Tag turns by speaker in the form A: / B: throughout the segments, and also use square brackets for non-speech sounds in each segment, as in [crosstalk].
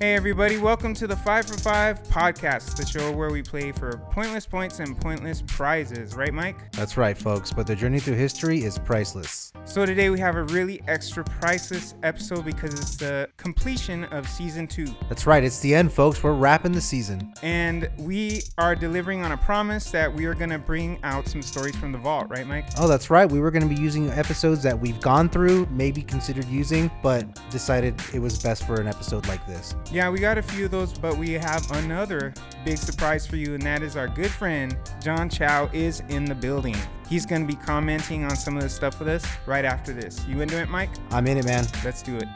A: Hey, everybody, welcome to the Five for Five podcast, the show where we play for pointless points and pointless prizes. Right, Mike?
B: That's right, folks, but the journey through history is priceless.
A: So, today we have a really extra priceless episode because it's the completion of season two.
B: That's right, it's the end, folks. We're wrapping the season.
A: And we are delivering on a promise that we are going to bring out some stories from the vault, right, Mike?
B: Oh, that's right. We were going to be using episodes that we've gone through, maybe considered using, but decided it was best for an episode like this.
A: Yeah, we got a few of those, but we have another big surprise for you, and that is our good friend John Chow is in the building. He's going to be commenting on some of the stuff with us right after this. You into it, Mike?
B: I'm in it, man.
A: Let's do it.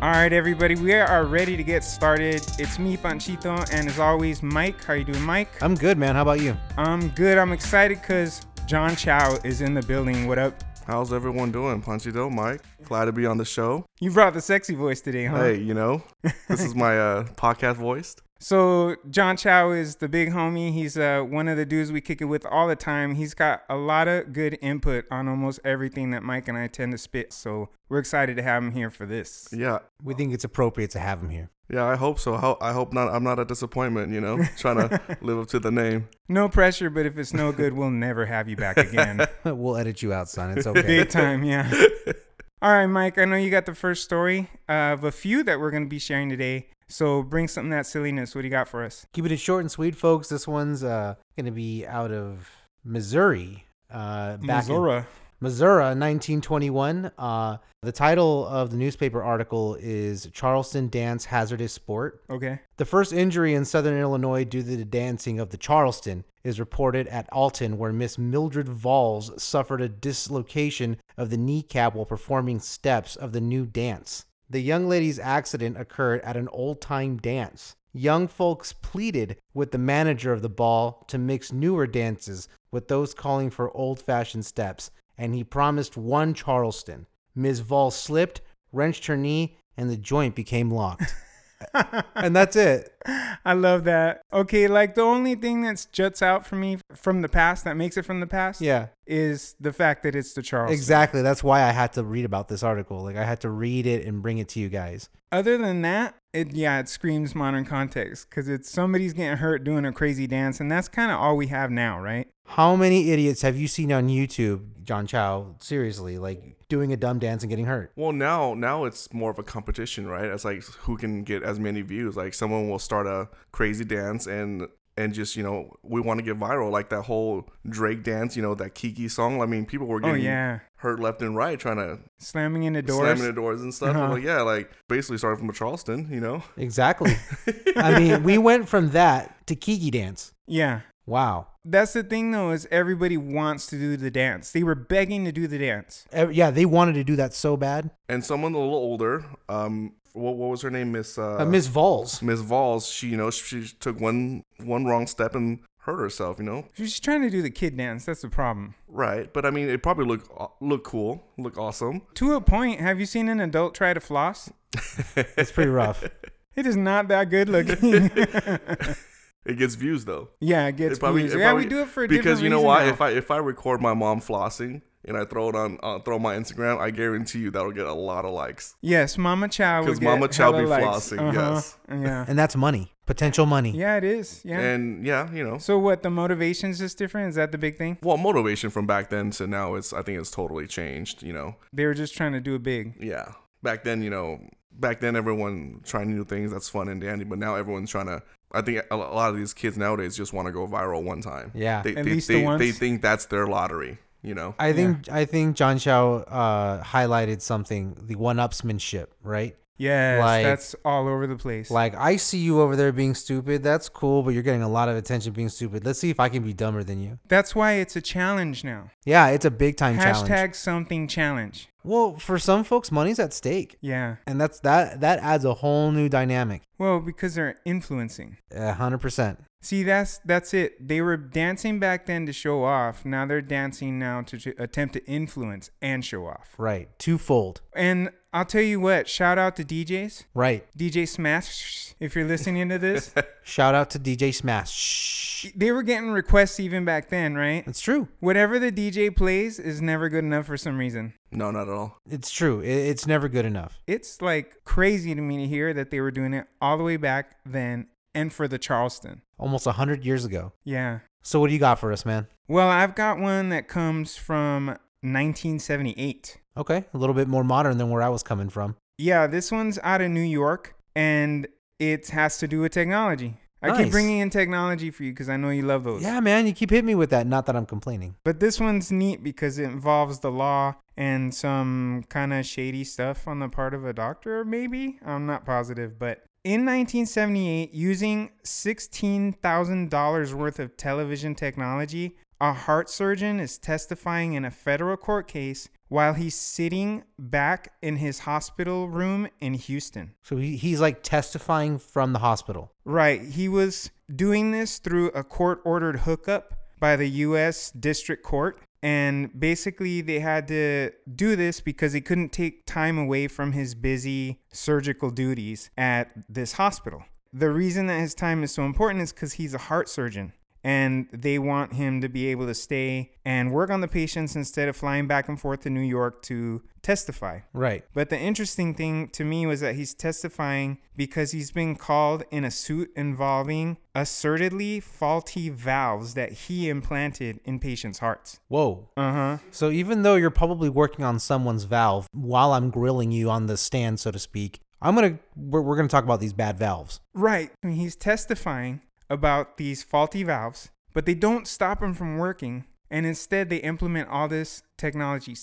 A: All right, everybody, we are ready to get started. It's me, Panchito, and as always, Mike. How you doing, Mike?
B: I'm good, man. How about you?
A: I'm good. I'm excited because John Chow is in the building. What up?
C: How's everyone doing? Panchito, Mike, glad to be on the show.
A: You brought the sexy voice today, huh?
C: Hey, you know, this
A: [laughs]
C: is my uh, podcast voice.
A: So John Chow is the big homie. He's uh, one of the dudes we kick it with all the time. He's got a lot of good input on almost everything that Mike and I tend to spit. So we're excited to have him here for this.
C: Yeah,
B: We think it's appropriate to have him here. [laughs]
C: yeah, I hope so. Ho- I hope not. I'm not a disappointment.
A: [laughs]
C: You know, trying to live up to the name.
A: No pressure, but if it's no good, we'll never have you back again.
B: we'll edit you out, son. It's
A: [laughs]
B: okay.
A: big time, yeah. All right, Mike. I know you got the first story of a few that we're going to be sharing today. So bring something that silliness. What do you got for us?
B: Keeping it short and sweet, folks. This one's uh, going to be out of Missouri. Uh, back in-
A: Mazora.
B: Missouri, 1921. Uh, the title of the newspaper article is Charleston Dance Hazardous Sport.
A: Okay.
B: The first injury in southern Illinois due to the dancing of the Charleston is reported at Alton, where Miss Mildred Valls suffered a dislocation of the kneecap while performing steps of the new dance. The young lady's accident occurred at an old time dance. Young folks pleaded with the manager of the ball to mix newer dances with those calling for old fashioned steps, and he promised one Charleston. Miss Valls slipped, wrenched her knee, and the joint became locked.
A: [laughs]
B: and that's it.
A: I love that. Okay, like the only thing that's juts out for me from the past that makes it from the past
B: Yeah,
A: is the fact that it's the Charleston.
B: exactly. That's why I had to read about this article. Like I had to read it and bring it to you guys.
A: Other than that, it yeah, it screams modern context because it's somebody's getting hurt doing a crazy dance, and that's kind of all we have now, right?
B: How many idiots have you seen on YouTube, John Chow? Seriously, like doing a dumb dance and getting hurt.
C: Well, now now it's more of a competition, right? It's like who can get as many views. Like someone will start a crazy dance and and just you know we want to get viral, like that whole Drake dance. You know that Kiki song. I mean, people were
A: Oh
C: getting
A: yeah,
C: hurt left and right trying to
A: slamming into doors.
C: slamming the doors and stuff.
A: Uh-huh.
C: Well, yeah, like basically started from a Charleston. You know.
B: Exactly.
C: [laughs]
B: I mean, we went from that to Kiki dance.
A: yeah,
B: Wow.
A: that's the thing though is everybody wants to do the dance. They were begging to do the dance.
B: Ev- Yeah, they wanted to do that so bad.
C: and someone a little older um what, what was her name miss uh,
B: Uh, Miss Vols.
C: miss Valls she you know she, she took one one wrong step and hurt herself you know
A: She was just trying to do the kid dance. That's the problem.
C: right but i mean it probably looked look cool look
A: [laughs]
C: awesome
A: To a point, have you seen an adult try to floss?
B: It's pretty rough.
A: It is not that good
C: [laughs]
A: looking.
C: it gets views though
A: yeah, it gets views.
C: it
A: yeah, we do it for a
C: because
A: different
C: you know
A: reason
C: why
A: now.
C: if i if i record my mom flossing and i throw it on uh, throw my instagram i guarantee you that'll get a lot of likes
A: yes, Mama Chow
C: Because
A: would
C: Mama
A: get
C: Chow
A: hella
C: be
A: likes. Uh-huh.
C: flossing, yes.
B: [laughs]
A: Yeah.
B: And that's money, potential money.
A: Yeah, it is. Yeah.
C: and yeah you know
A: so what? The motivation's just different. Is that the big thing?
C: well motivation from back then to now it's i think it's totally changed you know
A: They were just trying to do it big.
C: Yeah. Back then, you know, back then everyone trying new things, that's fun and dandy, but now everyone's trying to I think a a lot of these kids nowadays just want to go viral one time.
B: Yeah.
C: They
A: At
C: they,
A: least the
C: they,
A: once.
C: they think that's their lottery, you know.
B: I think I think John Chow uh, highlighted something the one-upsmanship, right?
A: Yes,
B: Like-
A: that's all over the place.
B: Like I see you over there being stupid. That's cool, but you're getting a lot of attention being stupid. Let's see if I can be dumber than you.
A: that's why it's a challenge now.
B: Yeah, it's a big time
A: Hashtag
B: challenge.
A: something challenge.
B: Well, for some folks, money's at stake,
A: Yeah.
B: and that's that. That adds a whole new dynamic.
A: Well, because they're influencing.
B: A hundred percent.
A: See, that's that's it. They were dancing back then to show off. Now they're dancing now to, to attempt to influence and show off.
B: Right. Twofold.
A: And I'll tell you what. Shout out to DJs,
B: Right. [laughs]
A: DJ Smash. If you're listening to this,
B: Shout out to DJ Smash. Shh.
A: they were getting requests even back then, right?
B: It's true.
A: Whatever the DJ plays is never good enough for some reason.
C: No, not at all.
B: It's true. I- It's never good enough.
A: It's like crazy to me to hear that they were doing it all the way back then and for the Charleston.
B: Almost 100 years ago.
A: Yeah.
B: So, what do you got for us, man?
A: Well, I've got one that comes from 1978.
B: Okay. A little bit more modern than where I was coming from.
A: Yeah, this one's out of New York and it has to do with technology. I
B: Nice.
A: keep bringing in technology for you because I know you love those.
B: Yeah, man. You keep hitting me with that. Not that I'm complaining.
A: But this one's neat because it involves the law and some kind of shady stuff on the part of a doctor, maybe? I'm not positive, but. In 1978, using $16,000 worth of television technology, a heart surgeon is testifying in a federal court case while he's sitting back in his hospital room in Houston.
B: So, he, he's like testifying from the hospital.
A: Right. He was doing this through a court ordered hookup by the U.S. District Court. And basically, they had to do this because he couldn't take time away from his busy surgical duties at this hospital. The reason that his time is so important is because he's a heart surgeon and they want him to be able to stay and work on the patients instead of flying back and forth to New York to testify.
B: Right.
A: But the interesting thing to me was that he's testifying because he's been called in a suit involving assertedly faulty valves that he implanted in patients' hearts.
B: Whoa.
A: Uh
C: Uh-huh.
A: huh.
B: So, even though you're probably working on someone's valve while I'm grilling you on the stand, so to speak, I'm going to, we're, we're going to talk about these bad valves.
A: Right. I mean, he's testifying about these faulty valves, but they don't stop him from working. And instead, they implement all this technology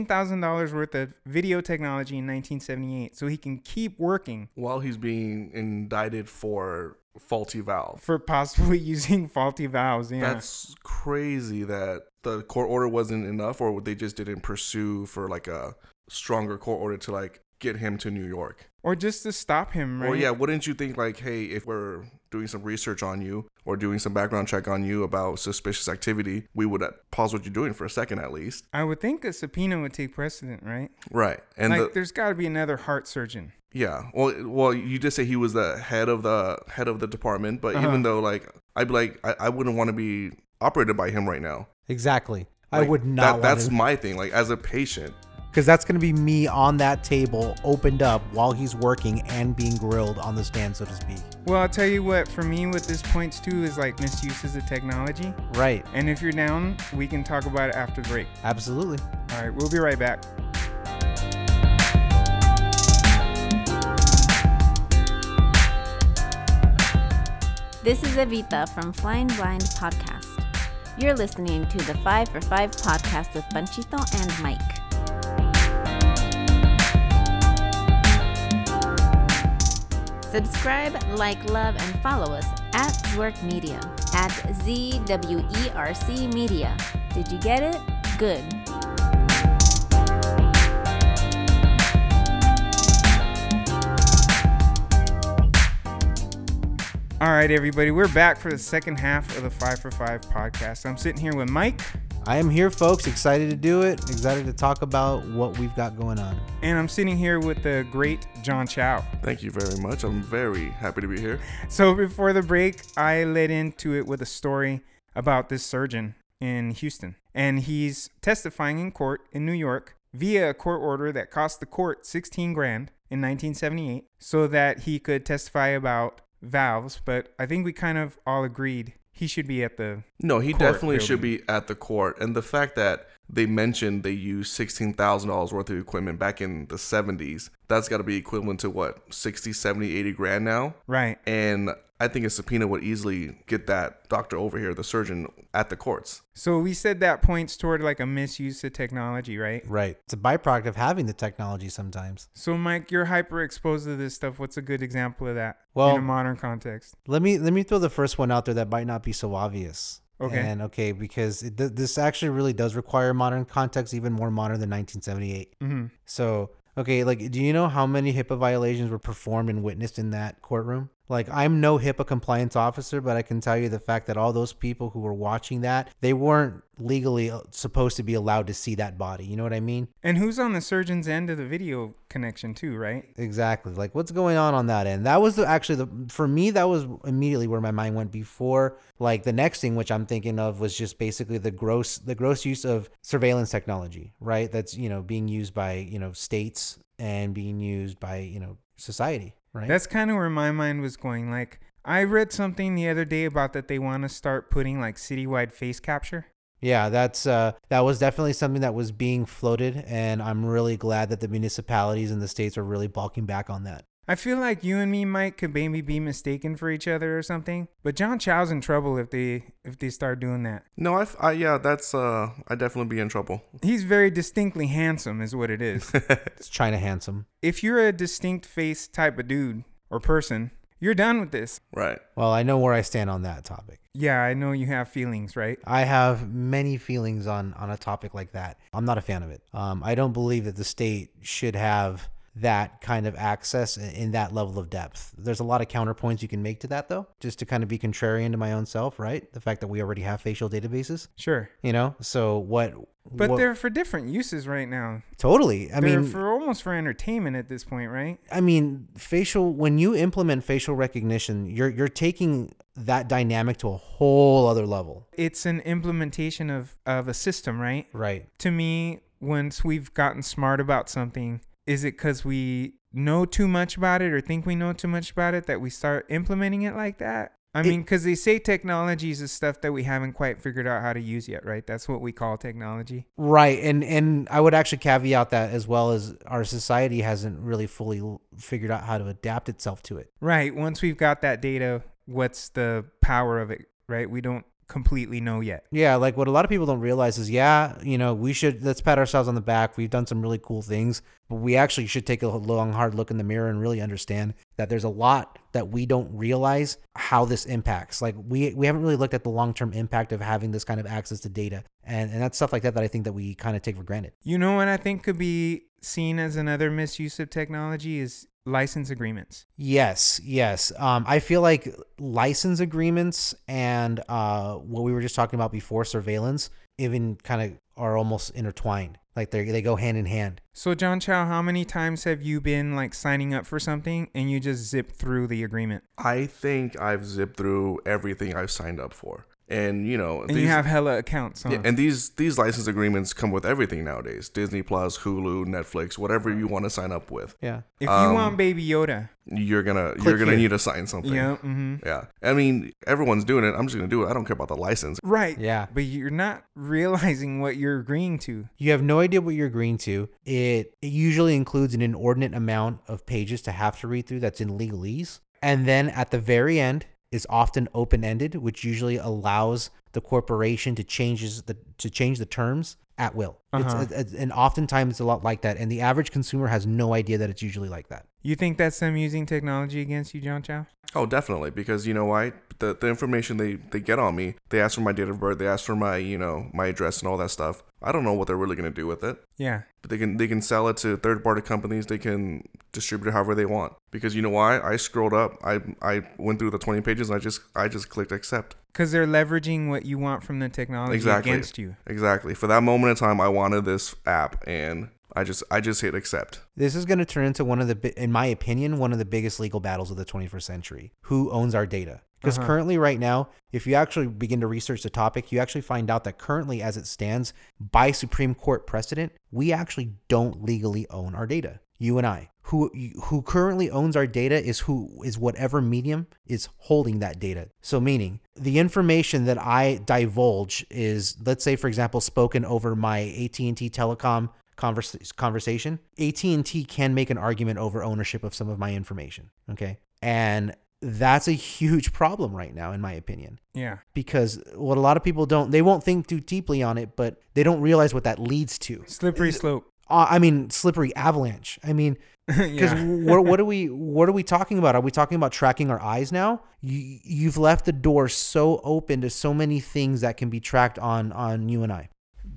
A: $16,000 worth of video technology in 1978 so he can keep working
C: While he's being indicted for faulty valve.
A: for possibly [laughs] using faulty valves. Yeah.
C: That's crazy that the court order wasn't enough or they just didn't pursue for like a stronger court order to like get him to New York.
A: or just to stop him, right?
C: Or yeah, wouldn't you think like, hey, if we're doing some research on you or doing some background check on you about suspicious activity, we would uh, pause what you're doing for a second at least.
A: I would think a subpoena would take precedent, right?
C: Right. And
A: like,
C: the,
A: there's got to be another heart surgeon.
C: yeah. Well, well, you did say he was the head of the head of the department, but
A: Uh-huh.
C: even though like I'd be like I, I wouldn't want to be operated by him right now.
B: Exactly. I
C: Like,
B: would not
C: That,
B: want
C: that's
B: [laughs] to-
C: my thing. Like as a patient,
B: Because that's going to be me on that table, opened up while he's working and being grilled on the stand, so to speak.
A: Well, I'll tell you what, for me, what this points to is like misuses of technology.
B: Right.
A: And if you're down, we can talk about it after the break.
B: Absolutely.
A: All right, we'll be right back.
D: This is Evita from Flying Blind Podcast. You're listening to the 5 for 5 podcast with Panchito and Mike. Subscribe, like, love, and follow us at Zwerk Media, at ZWERC Media. Did you get it? Good.
A: All right, everybody, we're back for the second half of the Five for Five podcast. I'm sitting here with Mike,
B: I am here, folks. Excited to do it. Excited to talk about what we've got going on.
A: and I'm sitting here with the great John Chow.
C: thank you very much. I'm very happy to be here.
A: So before the break, I led into it with a story about this surgeon in Houston. And he's testifying in court in New York via a court order that cost the court 16 grand in 1978 so that he could testify about valves, but I think we kind of all agreed he should be at the
C: No, he
A: court
C: definitely should be at the court. And the fact that they mentioned they used sixteen thousand dollars worth of equipment back in the seventies, that's gotta be equivalent to what, 60, 70, 80 grand now?
A: right.
C: And I think a subpoena would easily get that doctor over here, the surgeon, at the courts.
A: So we said that points toward like a misuse of technology, right?
B: Right. It's a byproduct of having the technology sometimes.
A: So Mike, you're hyper exposed to this stuff. What's a good example of that
B: Well-
A: in a modern context?
B: Let me let me throw the first one out there that might not be so obvious.
A: Okay.
B: And okay, because it, th- this actually really does require modern context, even more modern than 1978.
A: hmm
B: So, okay, like, do you know how many HIPAA violations were performed and witnessed in that courtroom? Like I'm no HIPAA compliance officer, but I can tell you the fact that all those people who were watching that, they weren't legally uh, supposed to be allowed to see that body. You know what I mean?
A: And who's on the surgeon's end of the video connection too, right?
B: Exactly. Like what's going on on that end? That was the, actually the for me that was immediately where my mind went before like the next thing which I'm thinking of was just basically the gross the gross use of surveillance technology, right? That's, you know, being used by, you know, states and being used by, you know, society, right?
A: That's kind of where my mind was going. Like I read something the other day about that they want to start putting like citywide face capture.
B: Yeah, that's uh, that was definitely something that was being floated, and I'm really glad that the municipalities and the states are really balking back on that.
A: I feel like you and me, Mike, could maybe be mistaken for each other or something. But John Chow's in trouble if they if they start doing that.
C: No, I, I yeah, that's uh, I definitely be in trouble.
A: He's very distinctly handsome, is what it is.
B: It's China handsome.
A: if you're a distinct face type of dude or person, you're done with this.
C: [laughs] right.
B: Well, I know where I stand on that topic.
A: Yeah, I know you have feelings, right?
B: I have many feelings on on a topic like that. I'm not a fan of it. Um, I don't believe that the state should have that kind of access in- in that level of depth. There's a lot of counterpoints you can make to that, though, just to kind of be contrarian to my own self, right? The fact that we already have facial databases,
A: Sure.
B: you know. So what?
A: But
B: what-
A: they're for different uses right now.
B: totally. I
A: they're
B: mean,
A: for almost for entertainment at this point, right?
B: I mean, facial when you implement facial recognition, you're you're taking that dynamic to a whole other level.
A: It's an implementation of, of a system, right?
B: Right.
A: To me, once we've gotten smart about something, is it because we know too much about it or think we know too much about it that we start implementing it like that? I
B: It-
A: mean, because they say technologies is stuff that we haven't quite figured out how to use yet, right? That's what we call technology.
B: Right. And and I would actually caveat that as well as our society hasn't really fully l- figured out how to adapt itself to it.
A: Right. Once we've got that data, what's the power of it, right? We don't completely know yet.
B: Yeah, like what a lot of people don't realize is yeah, you know, we should let's pat ourselves on the back. We've done some really cool things, but we actually should take a long hard look in the mirror and really understand that there's a lot that we don't realize how this impacts. Like we we haven't really looked at the long-term impact of having this kind of access to data. And and that's stuff like that that I think that we kind of take for granted.
A: You know what I think could be seen as another misuse of technology is license agreements.
B: Yes, yes. Um, I feel like license agreements and uh, what we were just talking about before, surveillance, even kind of are almost intertwined. Like they they go hand in hand.
A: So, John Chow, how many times have you been like signing up for something and you just zip through the agreement
C: I think I've zipped through everything I've signed up for, and you know,
A: and you have hella accounts on?
C: yeah, and these these license agreements come with everything nowadays: Disney Plus, Hulu, Netflix, whatever you want to sign up with.
B: Yeah.
A: if you
C: um,
A: want Baby Yoda,
C: You're gonna
B: Click
C: you're gonna
B: here.
C: need to sign something.
A: yeah, hmm
C: Yeah. I mean, everyone's doing it. I'm just gonna do it. I don't care about the license.
A: right,
B: Yeah.
A: but you're not realizing what you're agreeing to.
B: You have no idea what you're agreeing to. It, it usually includes an inordinate amount of pages to have to read through that's in legalese. And then at the very end is often open ended, which usually allows the corporation to changes the to change the terms at will.
A: Uh-huh.
B: It's, it's, and oftentimes it's a lot like that. And the average consumer has no idea that it's usually like that.
A: You think that's them using technology against you, John Chow?
C: Oh, definitely, because you know why? The the information they they get on me, they ask for my date of birth, they ask for my you know my address and all that stuff. I don't know what they're really gonna do with it.
A: Yeah,
C: But they can they can sell it to third party companies. They can distribute it however they want. Because you know why? I scrolled up. I I went through the 20 pages. And I just I just clicked accept.
A: because they're leveraging what you want from the technology
C: Exactly.
A: against you.
C: Exactly. For that moment in time, I wanted this app, and I just I just hit accept.
B: This is going to turn into one of the, bi- in my opinion, one of the biggest legal battles of the 21st century. Who owns our data? Because
A: Uh-huh.
B: currently, right now, if you actually begin to research the topic, you actually find out that currently, as it stands, by Supreme Court precedent, we actually don't legally own our data. You and I, who who currently owns our data, is who is whatever medium is holding that data. So, meaning the information that I divulge is, let's say, for example, spoken over my AT and T telecom convers- conversation AT&T can make an argument over ownership of some of my information okay and that's a huge problem right now in my opinion
A: Yeah.
B: because what a lot of people don't they won't think too deeply on it but they don't realize what that leads to
A: Slippery slope. [laughs]
B: uh, i mean slippery avalanche i mean because
A: yeah.
B: what, what are we what are we talking about? Are we talking about tracking our eyes now? You, you've left the door so open to so many things that can be tracked on on you and I.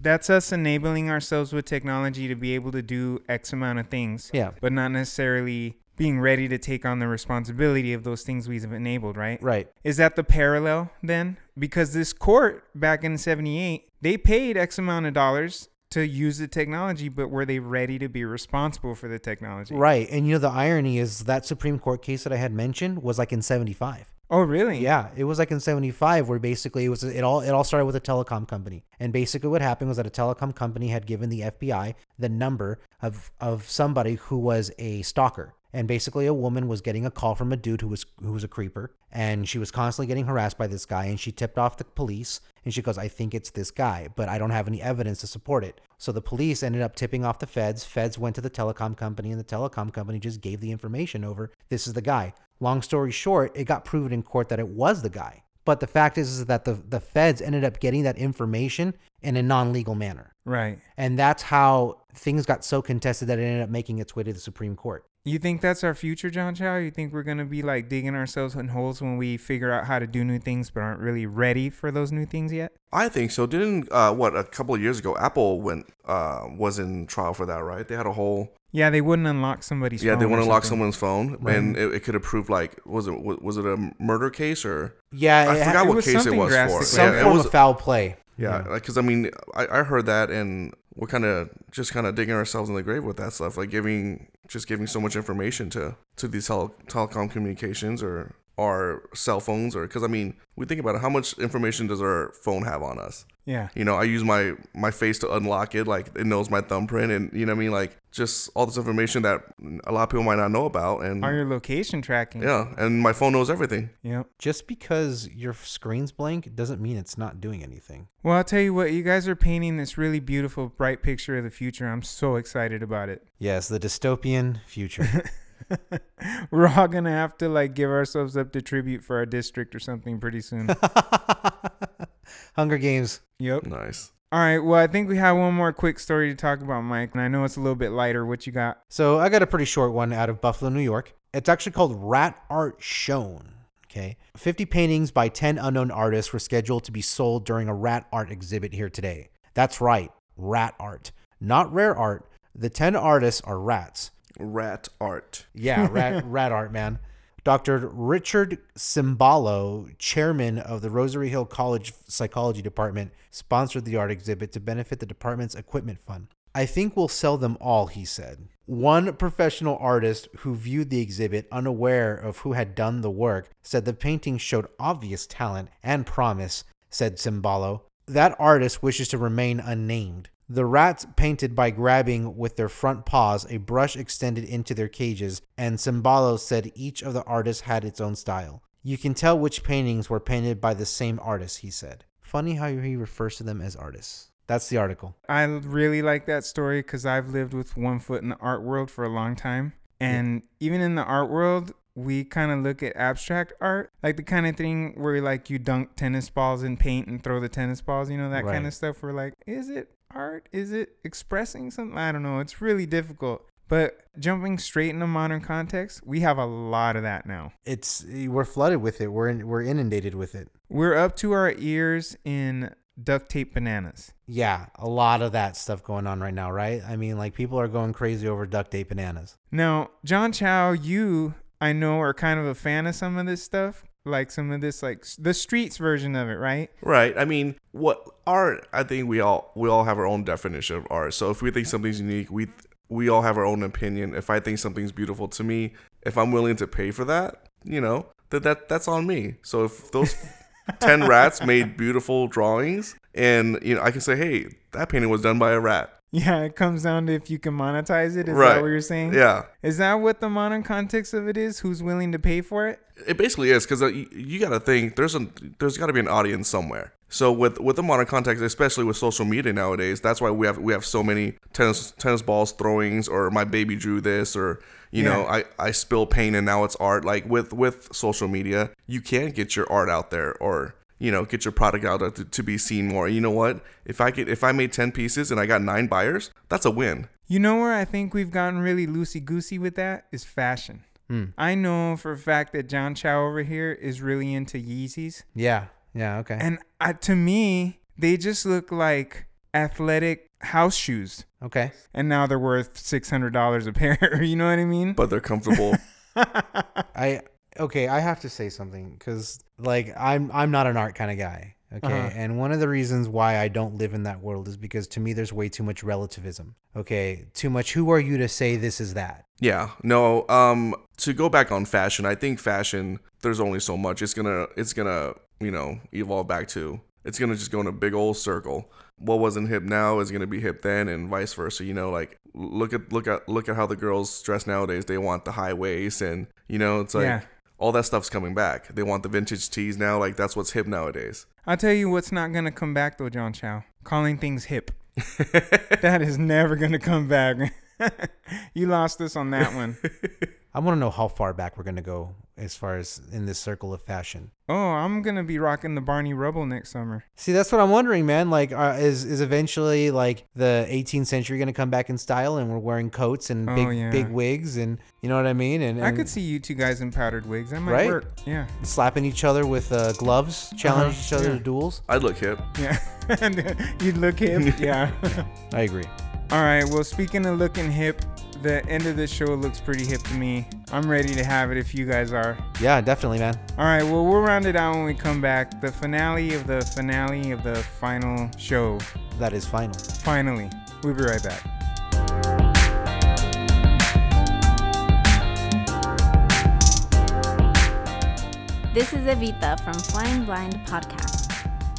A: That's us enabling ourselves with technology to be able to do X amount of things,
B: Yeah.
A: but not necessarily being ready to take on the responsibility of those things we've enabled, right?
B: Right.
A: Is that the parallel then? Because this court back in 78, they paid X amount of dollars to use the technology, but were they ready to be responsible for the technology?
B: Right. And you know, the irony is that Supreme Court case that I had mentioned was like in 75.
A: Oh, really?
B: Yeah, it was like in 75 where basically it was it all it all started with a telecom company. And basically what happened was that a telecom company had given the FBI the number of of somebody who was a stalker. And basically a woman was getting a call from a dude who was who was a creeper and she was constantly getting harassed by this guy and she tipped off the police and she goes I think it's this guy, but I don't have any evidence to support it. So the police ended up tipping off the feds. Feds went to the telecom company and the telecom company just gave the information over this is the guy. Long story short, it got proven in court that it was the guy. But the fact is, is that the, the feds ended up getting that information in a non legal manner.
A: Right.
B: And that's how things got so contested that it ended up making its way to the Supreme Court.
A: You think that's our future, John Chow? You think we're going to be like digging ourselves in holes when we figure out how to do new things but aren't really ready for those new things yet?
C: I think so. Didn't uh, what a couple of years ago, Apple went uh, was in trial for that, right? They had a whole
A: Yeah, they wouldn't unlock somebody's
C: yeah,
A: phone.
C: they
A: or
C: want to lock
A: something.
C: someone's phone, and it, it could have proved like was it wa- was it a murder case or
B: Yeah,
C: I
B: it had-
C: forgot
A: Uh, it
C: what
A: was
C: case it
A: something
C: was for.
A: drastic.
B: some
C: yeah, it
B: form
C: was-
B: of foul play.
C: yeah, because I mean, I, I heard that, and we're kind of just kind of digging ourselves in the grave with that stuff, like giving just giving so much information to to these tele, telecom communications or our cell phones, or because I mean, we think about it, how much information does our phone have on us?
A: Yeah.
C: You know, I use my my face to unlock it, like it knows my thumbprint, and you know what I mean, like just all this information that a lot of people might not know about, and
A: On your location tracking.
C: Mm-hmm. yeah, and my phone knows everything.
A: Yep.
B: Just because your screen's blank doesn't mean it's not doing anything.
A: Well, I'll tell you what, you guys are painting this really beautiful, bright picture of the future. I'm so excited about it. [laughs]
B: Yes, the dystopian future. [laughs]
A: We're all going to have to like give ourselves up to tribute for our district or something pretty
C: [laughs]
A: soon.
B: Hunger Games.
A: yep.
C: Nice.
A: All right. Well, I think we have one more quick story to talk about, Mike. And I know it's a little bit lighter. What you got?
B: So I got a pretty short one out of Buffalo, New York. It's actually called Rat Art Shown. Okay. 50 paintings by 10 unknown artists were scheduled to be sold during a rat art exhibit here today. That's right, rat art. Not rare art. The 10 artists are rats.
C: Rat art.
B: Yeah, rat, rat art, man. Dr. Richard Cimbalo, chairman of the Rosary Hill College Psychology Department, sponsored the art exhibit to benefit the department's equipment fund. I think we'll sell them all, he said. One professional artist who viewed the exhibit, unaware of who had done the work, said the painting showed obvious talent and promise, said Cimbalo. That artist wishes to remain unnamed. The rats painted by grabbing with their front paws a brush extended into their cages, and Cimbalo said each of the artists had its own style. You can tell which paintings were painted by the same artist, he said. Funny how he refers to them as artists. That's the article.
A: I really like that story because I've lived with one foot in the art world for a long time. And even in the art world, we kind of look at abstract art like the kind of thing where like you dunk tennis balls in paint and throw the tennis balls, you know, that kind
B: Right.
A: of stuff. We're like, is it art? Is it expressing something? I don't know. It's really difficult. But jumping straight into modern context, we have a lot of that now.
B: It's we're flooded with it. We're in, we're inundated with it.
A: We're up to our ears in duct tape bananas.
B: Yeah, a lot of that stuff going on right now, right? I mean, like people are going crazy over duct tape bananas.
A: Now, John Chow, you I know are kind of a fan of some of this stuff, like some of this like s- the streets version of it, right? [laughs]
C: Right. I mean, what art? I think we all we all have our own definition of art. So if we think something's unique, we we all have our own opinion. If I think something's beautiful to me, if I'm willing to pay for that, you know, that that that's on me. So
A: [laughs]
C: if those ten rats made beautiful drawings, and you know, I can say, hey, that painting was done by a rat.
A: Yeah, it comes down to if you can monetize it. Is
C: right.
A: that what you're saying?
C: Yeah.
A: Is that what the modern context of it is? Who's willing to pay for it?
C: it basically is because you, you got to think there's a there's got to be an audience somewhere. So with with the modern context, especially with social media nowadays, that's why we have we have so many tennis tennis balls throwings or my baby drew this or you know I I spill paint and now it's art. Like with with social media, you can get your art out there or you know get your product out there to, to be seen more. You know what? If I could if I made ten pieces and I got nine buyers, that's a win.
A: You know where I think we've gotten really loosey goosey with that is fashion. I know for a fact that John Chow over here is really into Yeezys. uh,
B: Yeah, yeah, okay.
A: And I, to me, they just look like athletic house shoes,
B: Okay.
A: and now they're worth six hundred dollars a pair. [laughs] you know what I mean?
C: but they're comfortable.
B: I okay, I have to say something cuz like I'm I'm not an art kind of guy, okay?
A: Uh-huh.
B: And one of the reasons why I don't live in that world is because to me there's way too much relativism. Okay, too much who are you to say this is that?
C: yeah. No. Um. To go back on fashion, I think fashion. There's only so much. It's gonna. It's gonna. You know, evolve back to. It's gonna just go in a big old circle. What wasn't hip now is gonna be hip then, and vice versa. You know, like look at look at look at how the girls dress nowadays. They want the high waist, and you know, it's like
A: Yeah.
C: all that stuff's coming back. They want the vintage tees now. Like that's what's hip nowadays. [laughs]
A: I'll tell you what's not gonna come back though, John Chow. Calling things
B: [laughs]
A: hip. that is never gonna come back. [laughs] you lost us on that
B: [laughs]
A: one.
B: I want to know how far back we're going to go as far as in this circle of fashion.
A: Oh, I'm gonna be rocking the Barney Rubble next summer.
B: See, that's what I'm wondering, man. Like, uh, is is eventually like the 18th century going to come back in style, and we're wearing coats and
A: Oh,
B: big
A: yeah.
B: big wigs, and you know what I mean? And,
A: I
B: and
A: could see you two guys in powdered wigs. That might
B: Right?
A: work. Yeah.
B: slapping each other with uh, gloves, challenge
A: Uh-huh,
B: each other
A: yeah.
B: to duels.
C: I'd look hip.
A: Yeah. [laughs] And You'd look
B: [laughs]
A: hip. Yeah. [laughs]
B: I agree.
A: All right. Well, speaking of looking hip, the end of this show looks pretty hip to me. I'm ready to have it if you guys are.
B: Yeah, definitely, man.
A: All right. Well, we'll round it out when we come back. The finale of the finale of the final show.
B: That is final.
A: Finally. We'll be right back.
D: This is Evita from Flying Blind Podcast.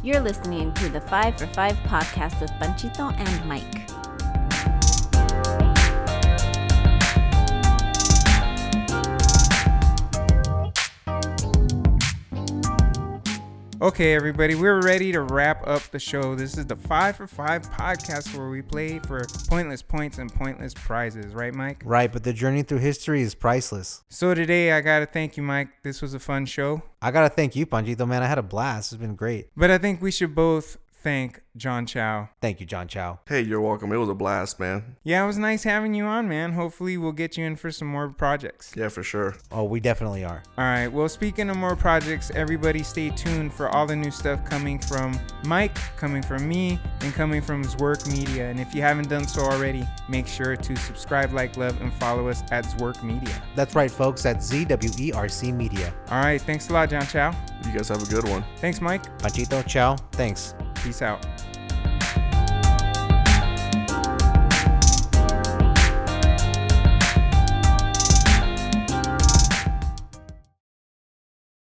D: You're listening to the 5 for 5 podcast with Panchito and Mike.
A: Okay, everybody, we're ready to wrap up the show. This is the Five for Five podcast where we play for pointless points and pointless prizes, right, Mike?
B: Right, but the journey through history is priceless.
A: So today, I gotta thank you, Mike. This was a fun show,
B: I gotta thank you, Panjito, man. I had a blast. It's been great.
A: but I think we should both thank John Chow.
B: Thank you, John Chow.
C: Hey, you're welcome. It was a blast, man.
A: Yeah, it was nice having you on, man. Hopefully, we'll get you in for some more projects.
C: Yeah, for sure.
B: Oh, we definitely are.
A: All right. Well, speaking of more projects, everybody stay tuned for all the new stuff coming from Mike, coming from me, and coming from Zwerk Media. And if you haven't done so already, make sure to subscribe, like, love, and follow us at Zwerk Media.
B: That's right, folks. That's ZWERC Media.
A: All right. Thanks a lot, John Chow.
C: You guys have a good one.
A: Thanks, Mike.
B: Panjito, Chow. Thanks.
A: Peace out.